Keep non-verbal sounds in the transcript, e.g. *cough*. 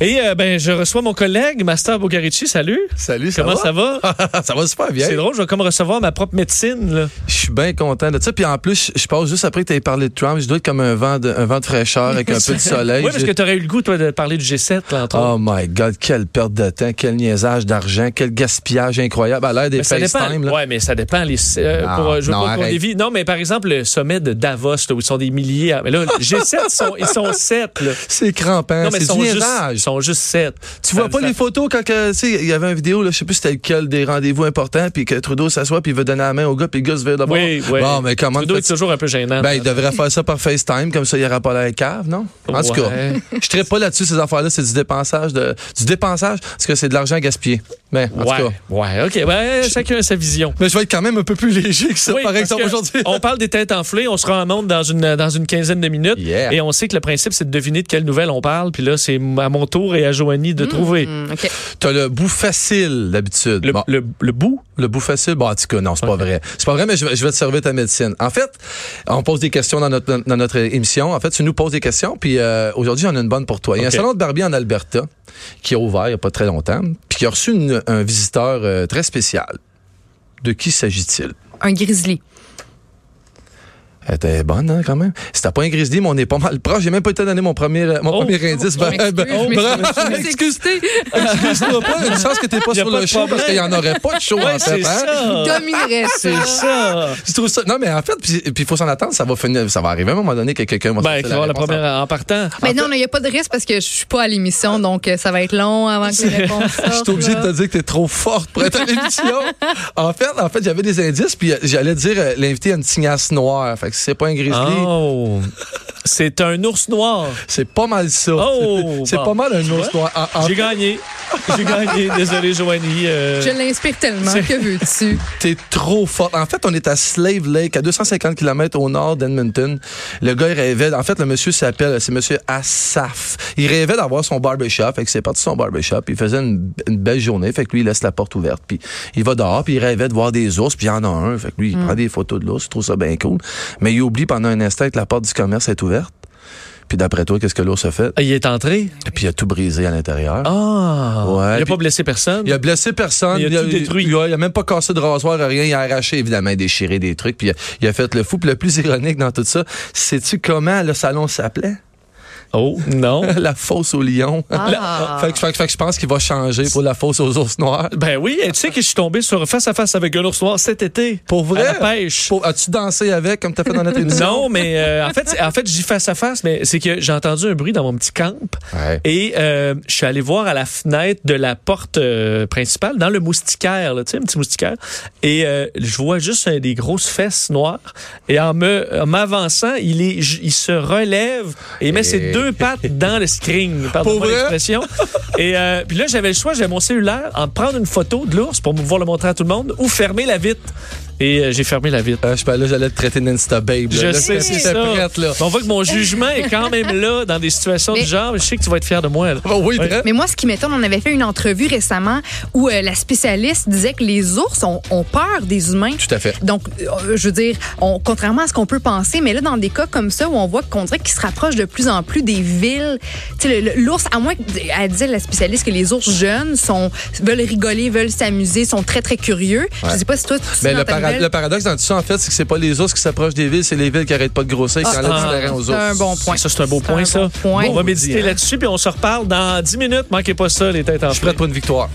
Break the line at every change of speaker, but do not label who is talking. Et euh, ben, je reçois mon collègue, Master Bogarici. Salut.
Salut, ça
Comment
va? Ah,
ça va?
ça va super bien.
C'est drôle, je vais comme recevoir ma propre médecine. Là.
Je suis bien content de ça. Puis en plus, je passe juste après que tu aies parlé de Trump. Je dois être comme un vent de, un vent de fraîcheur avec un
*laughs*
peu de soleil.
oui, parce
J'ai-
que tu aurais eu le goût, toi, de parler du G7, là, entre autres.
Oh my God, quelle perte de temps, quel niaisage d'argent, quel gaspillage incroyable. À l'ère des
Mais ça dépend.
FaceTime, là.
Ouais, mais ça dépend. Les, euh,
Non,
pour, euh, je veux
non,
pas qu'on
arrête.
dévie. Non, mais par exemple, le sommet de Davos, là, où ils sont des milliers. à- Mais là, le G7, ils sont, ils sont sept.
*laughs*
Là.
c'est crampant,
Non, mais
c'est
ils
du
sont, juste, ils
niaisage.
sont juste sept.
Tu vois
Ça-
pas
ça-
les photos quand que, tu sais, il y avait une vidéo là, je sais plus c'était lequel des rendez-vous importants puis que Trudeau s'assoit puis il veut donner la main au gars puis le gars se vire de bord.
Oui, oui.
Bon, mais comment
Trudeau est
fais-tu-
toujours un peu gênant.
Ben, il devrait faire ça par FaceTime, comme ça, il n'y aura pas la cave, non? En tout cas,
Ouais.
je traite pas là-dessus, ces affaires-là, c'est du dépensage, de, du dépensage, parce que c'est de l'argent gaspillé. Mais, en tout
ouais,
cas.
ouais, OK. Ben, chacun a sa vision.
Mais je vais être quand même un peu plus léger que ça,
Oui,
par
parce
exemple,
que
aujourd'hui.
On parle des têtes enflées, on se rend en monde dans une, dans une quinzaine de minutes.
Yeah.
Et on sait que le principe, c'est de deviner de quelle nouvelle on parle. Puis là, c'est à mon tour et à Joanie de trouver.
Hmm, OK.
T'as le bout facile, d'habitude.
Le,
Bon,
le- le
*laughs*
bout?
le bout facile, bon, en tout cas, non, c'est pas vrai. C'est pas vrai, mais je vais, je vais te servir ta médecine. En fait, on pose des questions dans notre, dans notre émission. En fait, tu nous poses des questions, puis euh, aujourd'hui, on a une bonne pour toi. Il y a un
OK.
salon de barbier en Alberta qui a ouvert il n'y a pas très longtemps, puis qui a reçu une- un visiteur euh, très spécial. De qui s'agit-il?
Un grizzly.
Elle était bonne, hein, quand même. C'était pas un grizzly, mais on est pas mal proche. J'ai même pas été donné mon premier, euh, mon
Oh,
premier indice. Ben,
m'excuse,
ben,
je
bravo.
m'excuse, je m'excuse.
Excuse- Excuse-toi pas. Une chance que t'es pas
Y a
sur
pas
le
de
show parce
problème.
qu'il y en aurait pas de show, en fait. hein.
Dominerait ça.
C'est ça.
Je trouve ça. Non, mais en fait, puis il faut s'en attendre. Ça va finir. Ça va arriver à un moment donné que quelqu'un va
Ben,
sortir
tu vas avoir la
réponse en-
première en partant.
Mais non, il n'y a pas de risque parce que je suis pas à l'émission, donc euh, ça va être long avant que les réponses sortent.
*laughs* Je suis obligé de te
là.
dire que t'es trop forte pour être
*laughs*
à l'émission. en fait, en fait, j'avais des indices, puis euh, j'allais dire euh, l'invité a une tignasse noire. Fait que c'est pas un grizzly,
Oh. C'est un ours noir.
c'est pas mal ça.
Oh,
*laughs* c'est
bon.
pas mal un ours noir. En- en
J'ai gagné. J'ai
*laughs*
gagné. Désolé, Joanie. euh,
Je l'inspire tellement.
C'est-
Que veux-tu?
T'es trop fort. En fait, on est à Slave Lake, à 250 km au nord d'Edmonton. Le gars, il rêvait. En fait, le monsieur s'appelle, c'est monsieur Assaf. Il rêvait d'avoir son barbershop. Fait que c'est parti son barbershop. Il faisait une, une belle journée. Fait que lui, il laisse la porte ouverte. Puis il va dehors. Puis il rêvait de voir des ours. Puis il y en a un. Fait que lui, il prend des photos de l'ours. Il trouve ça bien cool. Mais il oublie pendant un instant que la porte du commerce est ouverte. Puis d'après toi, qu'est-ce que l'ours a fait?
Il est entré.
Puis il a tout brisé à l'intérieur.
Ah.
Ouais,
il n'a
puis-
pas blessé personne.
Il a blessé personne.
Il a tout détruit.
Il a, il a même pas cassé de rasoir, rien. Il a arraché, évidemment, déchiré des trucs. Puis il a, il a fait le fou. Puis le plus ironique dans tout ça, sais-tu comment le salon s'appelait? *laughs*
Oh, non.
La fosse au lion.
Ah.
fait, que, fait que- fait que je pense qu'il va changer pour la fosse aux ours noirs.
Ben oui, et tu sais que je suis tombé sur face à face avec un ours noir cet été.
Pour vrai?
À la pêche.
Pour- As-tu dansé avec, comme t'as
*laughs*
fait dans notre émission?
Non, mais euh, en fait, c'est- en fait, j'y face à face, mais c'est que j'ai entendu un bruit dans mon petit camp
Ouais.
et euh, je suis allé voir à la fenêtre de la porte euh, principale, dans le moustiquaire, là, tu sais, un petit moustiquaire, et euh, je vois juste euh, des grosses fesses noires. Et en me en m'avançant, il est, j- il se relève et met
Et-
ses deux pattes dans le
*laughs*
string, pardon
Pour vrai?
l'expression. Et euh, puis là, j'avais le choix, j'avais mon cellulaire, en prendre une photo de l'ours pour pouvoir le montrer à tout le monde, ou fermer la vitre. Et euh, j'ai fermé la vitre.
Euh, je sais pas, là, j'allais te traiter d'Insta Babe. là.
Je
Ben Là,
sais,
j'étais-
c'est
j'étais
ça.
prête, là.
On voit que mon jugement est quand même là dans des situations
Mais-
du genre. Je sais que tu vas être fier de moi. là.
Oh, oui, très-
Mais moi, ce qui m'étonne, on avait fait une entrevue récemment où euh, la spécialiste disait que les ours ont, ont peur des humains.
Tout à fait.
Donc, euh, je veux dire, on- contrairement à ce qu'on peut penser, mais là, dans des cas comme ça où on voit qu'on dirait qu'ils se rapprochent de plus en plus des villes, tu sais, le- le- l'ours, à moins qu'elle disait la spécialiste que les ours jeunes sont, veulent rigoler, veulent s'amuser, sont très, très curieux. Je sais pas si toi, tu sais
Mais
dans
Ben, le,
ta
para-
nouvelle-
le paradoxe dans tout ça, en fait, c'est que c'est pas les ours qui s'approchent des villes, c'est les villes qui arrêtent pas de grossir et qui
Ah,
enlèvent
ah,
du terrain aux
c'est
ours.
un bon point.
Ça, c'est un beau
C'est
point,
un
ça.
bon point.
On va méditer
Maudit, hein.
là-dessus, puis on se reparle dans 10 minutes. Manquez pas ça, les têtes en
Je suis prête pour une victoire.